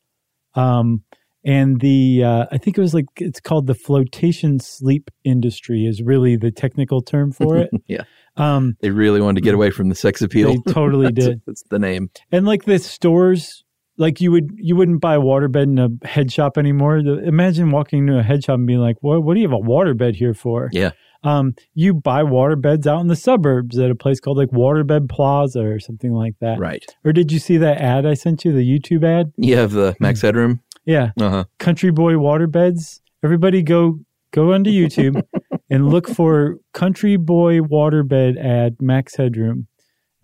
[SPEAKER 3] um and the uh, I think it was like it's called the flotation sleep industry is really the technical term for it.
[SPEAKER 4] Yeah.
[SPEAKER 3] Um
[SPEAKER 4] They really wanted to get away from the sex appeal.
[SPEAKER 3] They totally
[SPEAKER 4] That's-
[SPEAKER 3] did.
[SPEAKER 4] That's the name.
[SPEAKER 3] and like the stores like you would you wouldn't buy a waterbed in a head shop anymore. The, imagine walking into a head shop and being like, "What what do you have a waterbed here for?"
[SPEAKER 4] Yeah.
[SPEAKER 3] Um, you buy waterbeds out in the suburbs at a place called like Waterbed Plaza or something like that.
[SPEAKER 4] Right.
[SPEAKER 3] Or did you see that ad I sent you, the YouTube ad?
[SPEAKER 4] You have the
[SPEAKER 3] Hmm.
[SPEAKER 4] Max Headroom.
[SPEAKER 3] Yeah.
[SPEAKER 4] Uh huh.
[SPEAKER 3] Country Boy Waterbeds. Everybody go go onto YouTube and look for Country Boy Waterbed ad Max Headroom,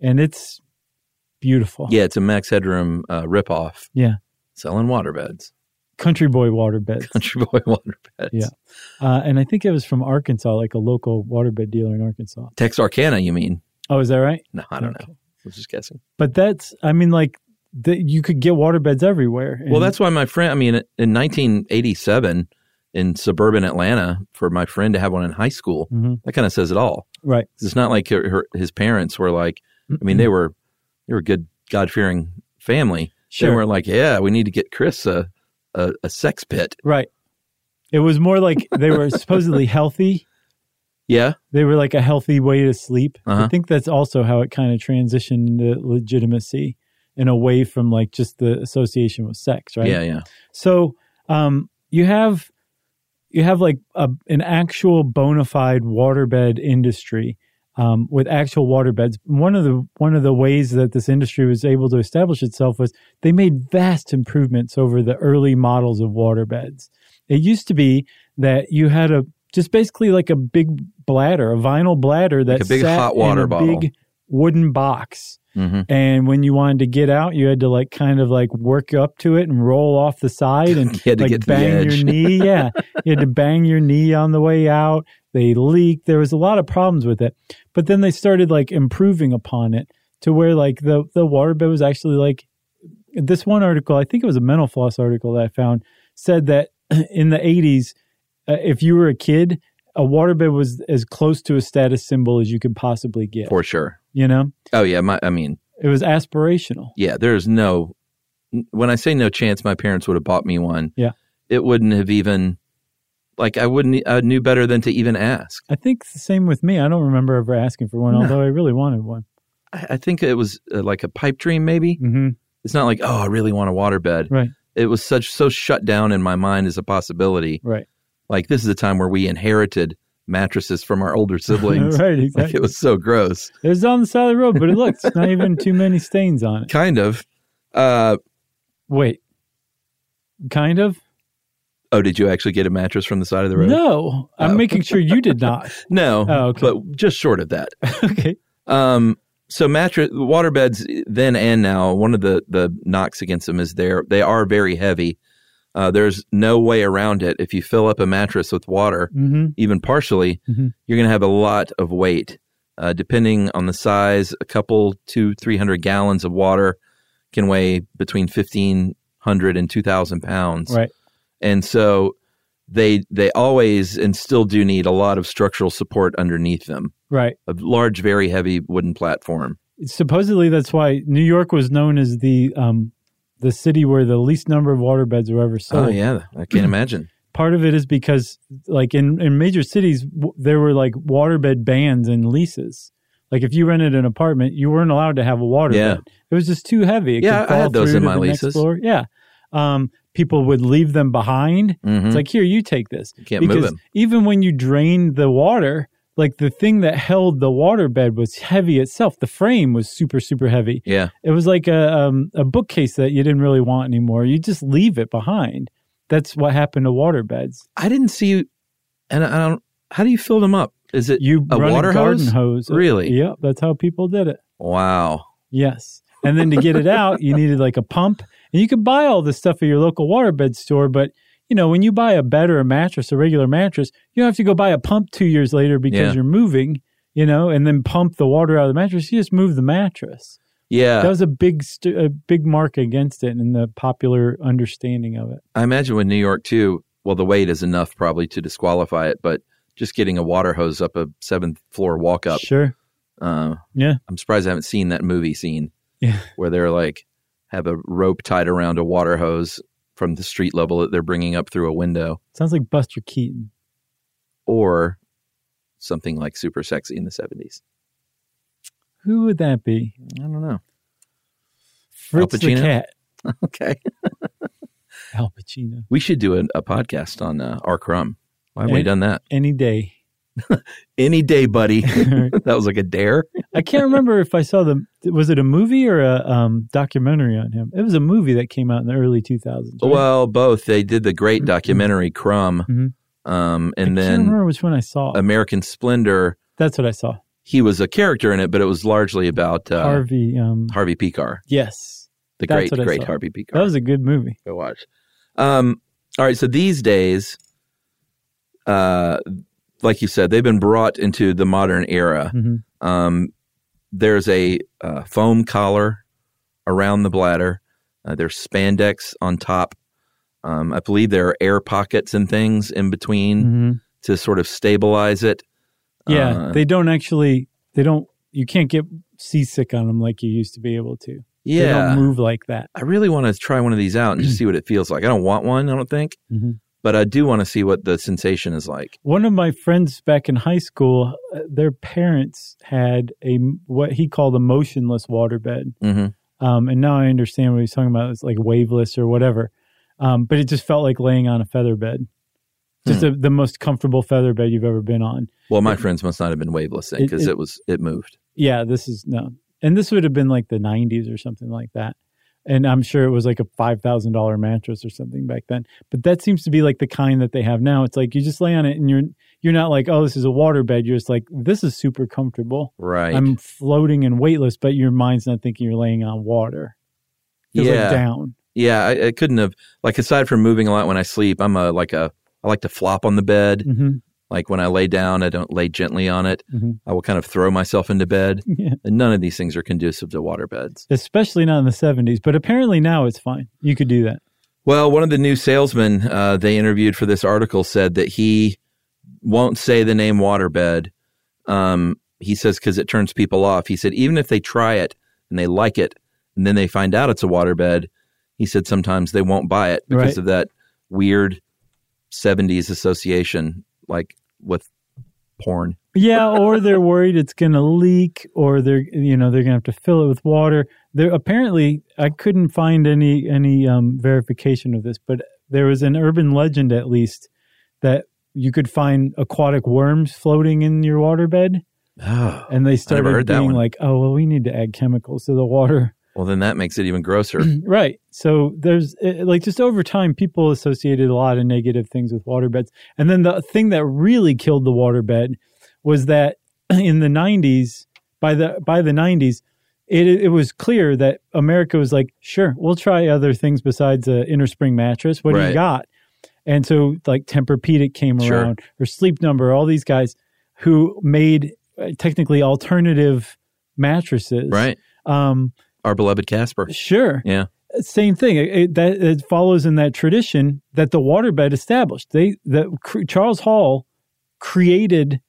[SPEAKER 3] and it's beautiful.
[SPEAKER 4] Yeah, it's a Max Headroom uh, ripoff
[SPEAKER 3] yeah.
[SPEAKER 4] selling waterbeds,
[SPEAKER 3] Country Boy Waterbed.
[SPEAKER 4] country boy waterbeds.
[SPEAKER 3] Yeah. Uh, and I think it was from Arkansas, like a local waterbed dealer in Arkansas.
[SPEAKER 4] Texarkana, you mean?
[SPEAKER 3] Oh, is that right?
[SPEAKER 4] No, I don't
[SPEAKER 3] Okay.
[SPEAKER 4] know. I was just guessing.
[SPEAKER 3] But that's, I mean, like the, you could get waterbeds everywhere.
[SPEAKER 4] Well,
[SPEAKER 3] and-
[SPEAKER 4] that's why my friend, I mean, in 1987 in suburban Atlanta, for my friend to have one in high school,
[SPEAKER 3] Mhm.
[SPEAKER 4] that kind of says it all.
[SPEAKER 3] right.
[SPEAKER 4] 'Cause It's not like her, her, his parents were like, I mean,
[SPEAKER 3] Hmm.
[SPEAKER 4] they were, they were a good, God fearing family.
[SPEAKER 3] Sure.
[SPEAKER 4] They weren't like, yeah, we need to get Chris a, a, a sex pit.
[SPEAKER 3] Right. It was more like they were supposedly healthy.
[SPEAKER 4] Yeah.
[SPEAKER 3] They were like a healthy way to sleep. I
[SPEAKER 4] Uh-huh.
[SPEAKER 3] think that's also how it kind of transitioned into legitimacy and away from like just the association with sex, right?
[SPEAKER 4] Yeah. Yeah.
[SPEAKER 3] So um, you have you have like a, an actual bona fide waterbed industry um, with actual waterbeds. One of the one of the ways that this industry was able to establish itself was they made vast improvements over the early models of waterbeds. It used to be that you had a just basically like a big bladder, a vinyl bladder that
[SPEAKER 4] a big
[SPEAKER 3] sat
[SPEAKER 4] hot
[SPEAKER 3] in
[SPEAKER 4] water
[SPEAKER 3] a
[SPEAKER 4] bottle.
[SPEAKER 3] big wooden box.
[SPEAKER 4] hmm
[SPEAKER 3] And when you wanted to get out, you had to like kind of like work up to it and roll off the side and
[SPEAKER 4] You had to
[SPEAKER 3] like
[SPEAKER 4] get to the
[SPEAKER 3] bang
[SPEAKER 4] edge.
[SPEAKER 3] your knee. Yeah. you had to bang your knee on the way out. They leaked. There was a lot of problems with it. But then they started like improving upon it to where like the the waterbed was actually like this one article, I think it was a mental floss article that I found, said that in the 80s, uh, if you were a kid, a waterbed was as close to a status symbol as you could possibly get.
[SPEAKER 4] For sure.
[SPEAKER 3] You know,
[SPEAKER 4] Oh, yeah. My, I mean,
[SPEAKER 3] it was aspirational.
[SPEAKER 4] yeah, there's no, when I say no chance, my parents would have bought me one.
[SPEAKER 3] Yeah.
[SPEAKER 4] It wouldn't have even, like, I wouldn't, I knew better than to even ask.
[SPEAKER 3] I think it's the same with me. I don't remember ever asking for one, although I really wanted one.
[SPEAKER 4] I, I think it was uh, like a pipe dream, maybe.
[SPEAKER 3] hmm
[SPEAKER 4] It's not like, oh, I really want a waterbed.
[SPEAKER 3] Right,
[SPEAKER 4] It was such, so shut down in my mind as a possibility.
[SPEAKER 3] right,
[SPEAKER 4] Like, this is a time where we inherited mattresses from our older siblings.
[SPEAKER 3] right.
[SPEAKER 4] Like,
[SPEAKER 3] Exactly.
[SPEAKER 4] it was so gross.
[SPEAKER 3] it was on the side of the road, but it looks not even too many stains on it.
[SPEAKER 4] Kind of. Uh,
[SPEAKER 3] Wait, kind of.
[SPEAKER 4] oh, did you actually get a mattress from the side of the road?
[SPEAKER 3] No, I'm
[SPEAKER 4] Oh.
[SPEAKER 3] making sure you did not.
[SPEAKER 4] No.
[SPEAKER 3] Oh, okay.
[SPEAKER 4] But just short of that.
[SPEAKER 3] okay.
[SPEAKER 4] Um, so mattress waterbeds then and now one of the the knocks against them is they're they are very heavy. Uh, there's no way around it. If you fill up a mattress with water,
[SPEAKER 3] hmm
[SPEAKER 4] even partially,
[SPEAKER 3] Mhm.
[SPEAKER 4] you're going to have a lot of weight. Uh, depending on the size, a couple two three hundred gallons of water can weigh between fifteen hundred and two thousand pounds
[SPEAKER 3] Right.
[SPEAKER 4] and so they they always and still do need a lot of structural support underneath them
[SPEAKER 3] Right.
[SPEAKER 4] a large very heavy wooden platform
[SPEAKER 3] Supposedly, that's why New York was known as the um, the city where the least number of waterbeds were ever sold.
[SPEAKER 4] oh yeah i can't imagine
[SPEAKER 3] part of it is because like in, in major cities w- there were like waterbed bans and leases like if you rented an apartment you weren't allowed to have a waterbed
[SPEAKER 4] Yeah.
[SPEAKER 3] it was just too heavy it
[SPEAKER 4] Yeah,
[SPEAKER 3] could
[SPEAKER 4] I
[SPEAKER 3] fall
[SPEAKER 4] had those
[SPEAKER 3] through
[SPEAKER 4] in
[SPEAKER 3] to
[SPEAKER 4] my
[SPEAKER 3] the next
[SPEAKER 4] leases.
[SPEAKER 3] floor. yeah um, people would leave them behind
[SPEAKER 4] Mhm.
[SPEAKER 3] it's like here you take this
[SPEAKER 4] can't move
[SPEAKER 3] because
[SPEAKER 4] them.
[SPEAKER 3] even when you drained the water like the thing that held the waterbed was heavy itself the frame was super super heavy
[SPEAKER 4] yeah
[SPEAKER 3] it was like a um, a bookcase that you didn't really want anymore. You just leave it behind. That's what happened to waterbeds.
[SPEAKER 4] i didn't see and i I don't how do you fill them up is it
[SPEAKER 3] You
[SPEAKER 4] a
[SPEAKER 3] run
[SPEAKER 4] water
[SPEAKER 3] a garden
[SPEAKER 4] hose?
[SPEAKER 3] hose.
[SPEAKER 4] Really?
[SPEAKER 3] Yep. That's how people did it.
[SPEAKER 4] wow
[SPEAKER 3] Yes. And then to get it out, you needed like a pump, and you could buy all this stuff at your local waterbed store. But you know, when you buy a bed or a mattress, a regular mattress, you don't have to go buy a pump two years later because
[SPEAKER 4] Yeah.
[SPEAKER 3] you're moving. You know, and then pump the water out of the mattress. You just move the mattress.
[SPEAKER 4] yeah
[SPEAKER 3] That was a big, st- a big mark against it in the popular understanding of it.
[SPEAKER 4] i imagine with new york too well the weight is enough probably to disqualify it but just getting a water hose up a seventh floor walk up
[SPEAKER 3] Sure.
[SPEAKER 4] uh,
[SPEAKER 3] Yeah.
[SPEAKER 4] I'm surprised I haven't seen that movie scene
[SPEAKER 3] Yeah.
[SPEAKER 4] where they're like have a rope tied around a water hose from the street level that they're bringing up through a window
[SPEAKER 3] Sounds like Buster Keaton.
[SPEAKER 4] or something like super sexy in the 70s.
[SPEAKER 3] Who would that be?
[SPEAKER 4] I don't know.
[SPEAKER 3] Fritz the
[SPEAKER 4] Pacino?
[SPEAKER 3] Cat.
[SPEAKER 4] Okay.
[SPEAKER 3] Al Pacino.
[SPEAKER 4] We should do a, a podcast on uh, R. Crumb. Why haven't we
[SPEAKER 3] And-
[SPEAKER 4] done that?
[SPEAKER 3] Any day.
[SPEAKER 4] Any day, buddy. that was like a dare.
[SPEAKER 3] I can't remember if I saw the. Was it a movie or a um, documentary on him? It was a
[SPEAKER 4] Oh,
[SPEAKER 3] movie that came out in the early 2000s. right?
[SPEAKER 4] Well, both. They did the great documentary Crumb
[SPEAKER 3] Mhm.
[SPEAKER 4] Um, and
[SPEAKER 3] I can't
[SPEAKER 4] then um,
[SPEAKER 3] remember which one I saw.
[SPEAKER 4] American Splendor,
[SPEAKER 3] That's what I saw.
[SPEAKER 4] he was a character in it, but it was largely about uh, Harvey.
[SPEAKER 3] Harvey. Um,
[SPEAKER 4] Pekar,
[SPEAKER 3] yes,
[SPEAKER 4] the
[SPEAKER 3] That's
[SPEAKER 4] great,
[SPEAKER 3] what I
[SPEAKER 4] great
[SPEAKER 3] saw.
[SPEAKER 4] Harvey Pekar.
[SPEAKER 3] that was a good movie.
[SPEAKER 4] go watch. Um, all right, so these days, uh, like you said, they've been brought into the modern era.
[SPEAKER 3] Mhm.
[SPEAKER 4] Um, there's a uh, foam collar around the bladder. Uh, there's spandex on top. Um, I believe there are air pockets and things in between
[SPEAKER 3] hmm
[SPEAKER 4] to sort of stabilize it.
[SPEAKER 3] Yeah,
[SPEAKER 4] Uh,
[SPEAKER 3] they don't actually. They don't. You can't get seasick on them like you used to be able to. they
[SPEAKER 4] yeah.
[SPEAKER 3] don't move like that.
[SPEAKER 4] I really want to try one of these out and just see what it feels like. I don't want one, I don't think,
[SPEAKER 3] Mhm.
[SPEAKER 4] but I do want to see what the sensation is like.
[SPEAKER 3] One of my friends back in high school, uh, their parents had a what he called a motionless waterbed,
[SPEAKER 4] hmm
[SPEAKER 3] um, and now I understand what he's talking about. It's like waveless or whatever, um, but it just felt like laying on a feather bed, just a, the most comfortable feather bed you've ever been on.
[SPEAKER 4] Well, my friends must not have been waveless
[SPEAKER 3] It-
[SPEAKER 4] because it,
[SPEAKER 3] it-
[SPEAKER 4] was it moved.
[SPEAKER 3] Yeah, this is no. And this would have been like the 90s or something like that. And I'm sure it was like a $5,000 mattress or something back then. But that seems to be like the kind that they have now. It's like you just lay on it and you're you're not like, "Oh, this is a waterbed." You're just like, "This is super comfortable.
[SPEAKER 4] Right.
[SPEAKER 3] I'm floating and weightless, but your mind's not thinking you're laying on water." Feels
[SPEAKER 4] Yeah.
[SPEAKER 3] like down.
[SPEAKER 4] yeah, I, I couldn't have like aside from moving a lot when I sleep. I'm a like a I like to flop on the bed.
[SPEAKER 3] hmm
[SPEAKER 4] Like when I lay down, I don't lay gently on it.
[SPEAKER 3] Mhm.
[SPEAKER 4] I will kind of throw myself into bed.
[SPEAKER 3] Yeah.
[SPEAKER 4] And none of these things are conducive to water beds.
[SPEAKER 3] mm-hmm. Especially not in the 70s, but apparently now it's fine. You could do that.
[SPEAKER 4] Well, one of the new salesmen uh, they interviewed for this article said that he won't say the name waterbed. Um, he says because it turns people off. He said even if they try it and they like it, and then they find out it's a waterbed, he said sometimes they won't buy it because
[SPEAKER 3] Right.
[SPEAKER 4] of that weird '70s association, like with porn.
[SPEAKER 3] Yeah, or they're worried it's going to leak, or they're you know they're going to have to fill it with water. There apparently I couldn't find any any um, verification of this, but there was an urban legend at least that you could find aquatic worms floating in your waterbed,
[SPEAKER 4] Oh,
[SPEAKER 3] and they
[SPEAKER 4] heard
[SPEAKER 3] started
[SPEAKER 4] that
[SPEAKER 3] being
[SPEAKER 4] one.
[SPEAKER 3] like, "Oh well, we need to add chemicals to the water."
[SPEAKER 4] well, then that makes it even grosser.
[SPEAKER 3] Right. So there's eh, like just over time, people associated a lot of negative things with waterbeds. And then the thing that really killed the waterbed was that in the 90s, by the by the 90s, it it was clear that America was like, sure, we'll try other things besides a inner spring mattress. What do
[SPEAKER 4] Right.
[SPEAKER 3] you got? And so like Tempur-Pedic came
[SPEAKER 4] Sure.
[SPEAKER 3] around or Sleep Number, all these guys who made eh, technically alternative mattresses.
[SPEAKER 4] right?
[SPEAKER 3] Um,
[SPEAKER 4] Our beloved Casper.
[SPEAKER 3] sure
[SPEAKER 4] Yeah.
[SPEAKER 3] same thing. It, it- that it follows in that tradition that the waterbed established. They that cr- Charles Hall created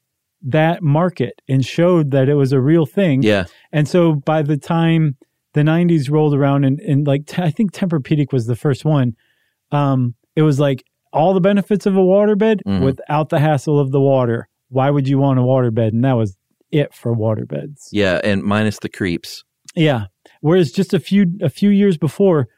[SPEAKER 3] that market and showed that it was a real thing.
[SPEAKER 4] Yeah.
[SPEAKER 3] And so by the time the 90s rolled around and, and like t- I think Tempur-Pedic was the first one, um, it was like all the benefits of a waterbed
[SPEAKER 4] Mhm.
[SPEAKER 3] without the hassle of the water. Why would you want a waterbed? And that was it for waterbeds.
[SPEAKER 4] Yeah. And minus the creeps.
[SPEAKER 3] Yeah. Whereas just a few a few years before,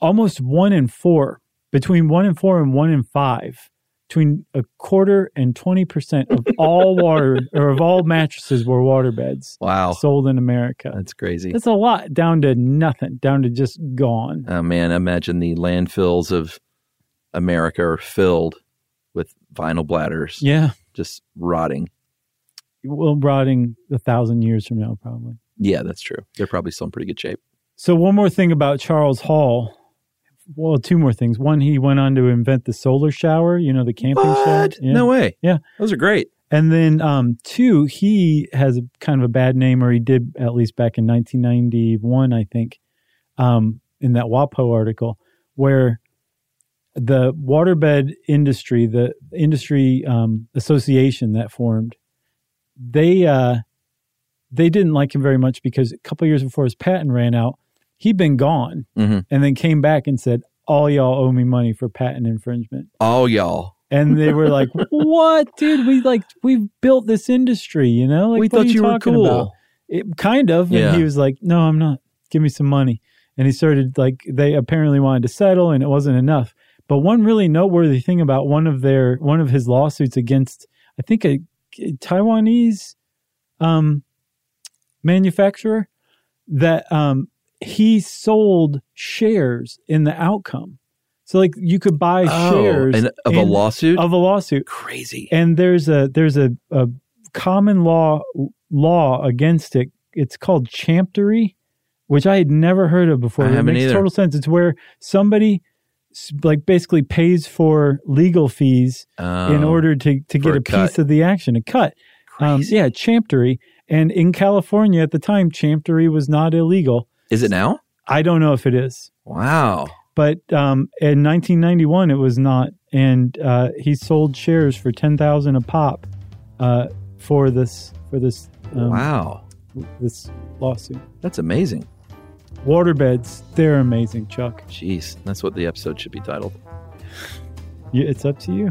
[SPEAKER 3] almost one in four, between one in four and one in five, between a quarter and twenty percent of all water or of all mattresses were waterbeds
[SPEAKER 4] Wow.
[SPEAKER 3] sold in America.
[SPEAKER 4] That's crazy.
[SPEAKER 3] That's a lot down to nothing, down to just gone.
[SPEAKER 4] Oh man, imagine the landfills of America are filled with vinyl bladders
[SPEAKER 3] Yeah.
[SPEAKER 4] just rotting.
[SPEAKER 3] Well, rotting a thousand years from now, probably.
[SPEAKER 4] Yeah, that's true. They're probably still in pretty good shape.
[SPEAKER 3] So one more thing about Charles Hall. Well, two more things. One, he went on to invent the solar shower. You know, the camping shower.
[SPEAKER 4] What?
[SPEAKER 3] Yeah.
[SPEAKER 4] No way.
[SPEAKER 3] Yeah.
[SPEAKER 4] Those are great.
[SPEAKER 3] And then um, two, he has a, kind of a bad name, or he did at least back in 1991, I think, um, in that WAPO article, where the waterbed industry, the industry um, association that formed, they uh, they didn't like him very much because a couple years before his patent ran out, he'd been gone,
[SPEAKER 4] Mhm.
[SPEAKER 3] and then came back and said, "All y'all owe me money for patent infringement."
[SPEAKER 4] All y'all.
[SPEAKER 3] and they were like, "What, dude? We like we built this industry, you know? Like,
[SPEAKER 4] we
[SPEAKER 3] what are
[SPEAKER 4] thought you, were
[SPEAKER 3] talking
[SPEAKER 4] cool.
[SPEAKER 3] about?" It kind of.
[SPEAKER 4] Yeah.
[SPEAKER 3] And he was like, "No, I'm not. Give me some money." And he started like they apparently wanted to settle, and it wasn't enough. But one really noteworthy thing about one of their one of his lawsuits against, I think a Taiwanese um, manufacturer, that um, he sold shares in the outcome. So like you could buy
[SPEAKER 4] Oh,
[SPEAKER 3] shares
[SPEAKER 4] and of a
[SPEAKER 3] in-
[SPEAKER 4] lawsuit?
[SPEAKER 3] of a lawsuit,
[SPEAKER 4] Crazy.
[SPEAKER 3] and there's a there's a, a common law law against it. It's called champtery, which I had never heard of before.
[SPEAKER 4] I
[SPEAKER 3] It
[SPEAKER 4] haven't
[SPEAKER 3] makes
[SPEAKER 4] either.
[SPEAKER 3] total sense. It's where somebody s- like basically pays for legal fees in
[SPEAKER 4] Oh,
[SPEAKER 3] order to to
[SPEAKER 4] for
[SPEAKER 3] get
[SPEAKER 4] a
[SPEAKER 3] a,
[SPEAKER 4] cut.
[SPEAKER 3] piece of the action, a cut. Um, yeah, champtery. And in California at the time, champtery was not illegal.
[SPEAKER 4] Is it now?
[SPEAKER 3] I don't know if it is
[SPEAKER 4] Wow.
[SPEAKER 3] but um, in 1991 it was not and uh, he sold shares for 10000 a pop uh, for this for this um,
[SPEAKER 4] wow.
[SPEAKER 3] this lawsuit
[SPEAKER 4] That's amazing.
[SPEAKER 3] waterbeds they're amazing chuck
[SPEAKER 4] Jeez. That's what the episode should be titled.
[SPEAKER 3] you, it's up to you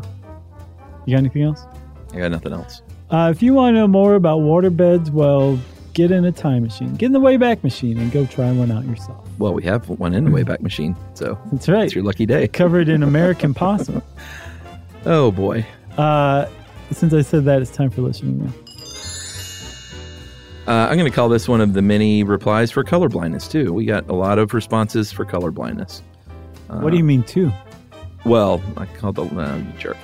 [SPEAKER 3] you got anything else
[SPEAKER 4] I got nothing else.
[SPEAKER 3] uh, if you want to know more about waterbeds well get in a time machine get in the wayback machine and go try one out yourself
[SPEAKER 4] Well, we have one in the Wayback Machine, so
[SPEAKER 3] that's right
[SPEAKER 4] it's your lucky day.
[SPEAKER 3] covered in american possum
[SPEAKER 4] Oh, boy.
[SPEAKER 3] uh, since i said that it's time for listening now
[SPEAKER 4] Uh, I'm going to call this one of the many replies for color blindness, too. We got a lot of responses for color blindness.
[SPEAKER 3] what do you mean too
[SPEAKER 4] Well, I called the no, you jerk.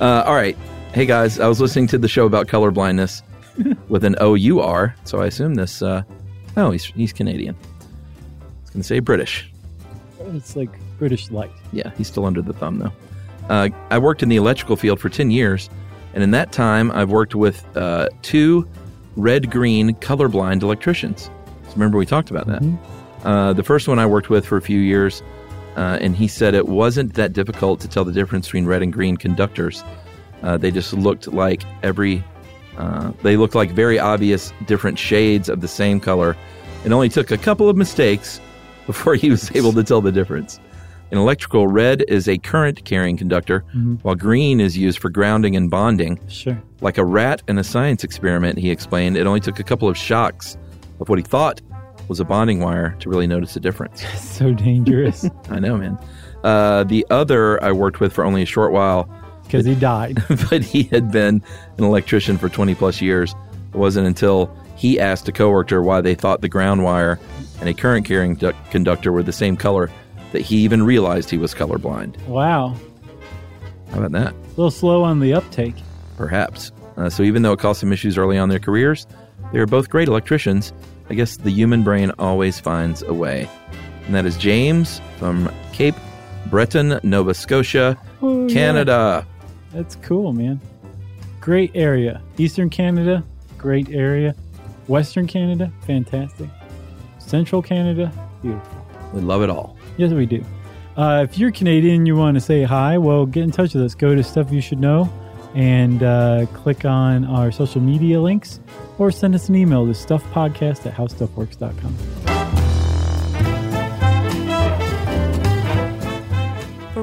[SPEAKER 4] Uh, all right, hey guys, I was listening to the show about color blindness with an O U R, so I assume this. Uh, oh, he's he's Canadian. I was going to say British.
[SPEAKER 3] it's like british light
[SPEAKER 4] Yeah, he's still under the thumb though. Uh, I worked in the electrical field for ten years, and in that time, I've worked with uh, two red-green colorblind electricians. So remember, we talked about that. Uh, the first one I worked with for a few years, uh, and he said it wasn't that difficult to tell the difference between red and green conductors. Uh, they just looked like every, uh, they looked like very obvious different shades of the same color. It only took a couple of mistakes before he was able to tell the difference. In electrical, red is a current carrying conductor, while green is used for grounding and bonding.
[SPEAKER 3] Sure.
[SPEAKER 4] Like a rat in a science experiment, he explained, it only took a couple of shocks of what he thought was a bonding wire to really notice the difference.
[SPEAKER 3] So dangerous
[SPEAKER 4] I know, man. Uh, the other I worked with for only a short while,
[SPEAKER 3] because he died.
[SPEAKER 4] but he had been an electrician for 20 plus years. It wasn't until he asked a coworker why they thought the ground wire and a current carrying du- conductor were the same color that he even realized he was colorblind.
[SPEAKER 3] Wow.
[SPEAKER 4] How about that?
[SPEAKER 3] A little slow on the uptake.
[SPEAKER 4] Perhaps. Uh, so even though it caused some issues early on in their careers, they were both great electricians. I guess the human brain always finds a way. And that is James from Cape Breton, Nova Scotia,
[SPEAKER 3] Oh, yeah.
[SPEAKER 4] Canada.
[SPEAKER 3] That's cool, man. Great area. Eastern Canada, great area. Western Canada, fantastic. Central Canada, beautiful.
[SPEAKER 4] We love it all.
[SPEAKER 3] Yes, we do. Uh, if you're Canadian, you want to say hi, well, get in touch with us. Go to Stuff You Should Know and uh, click on our social media links or send us an email to stuffpodcast at howstuffworks.com.
[SPEAKER 2] For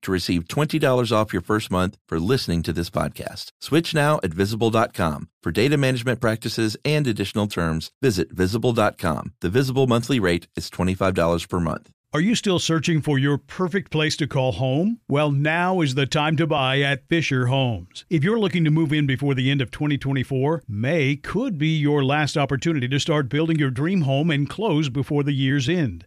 [SPEAKER 4] to receive $20 off your first month for listening to this podcast. Switch now at visible.com. For data management practices and additional terms, visit visible.com. The visible monthly rate is $25 per month.
[SPEAKER 6] Are you still searching for your perfect place to call home? Well, now is the time to buy at Fisher Homes. If you're looking to move in before the end of 2024, May could be your last opportunity to start building your dream home and close before the year's end.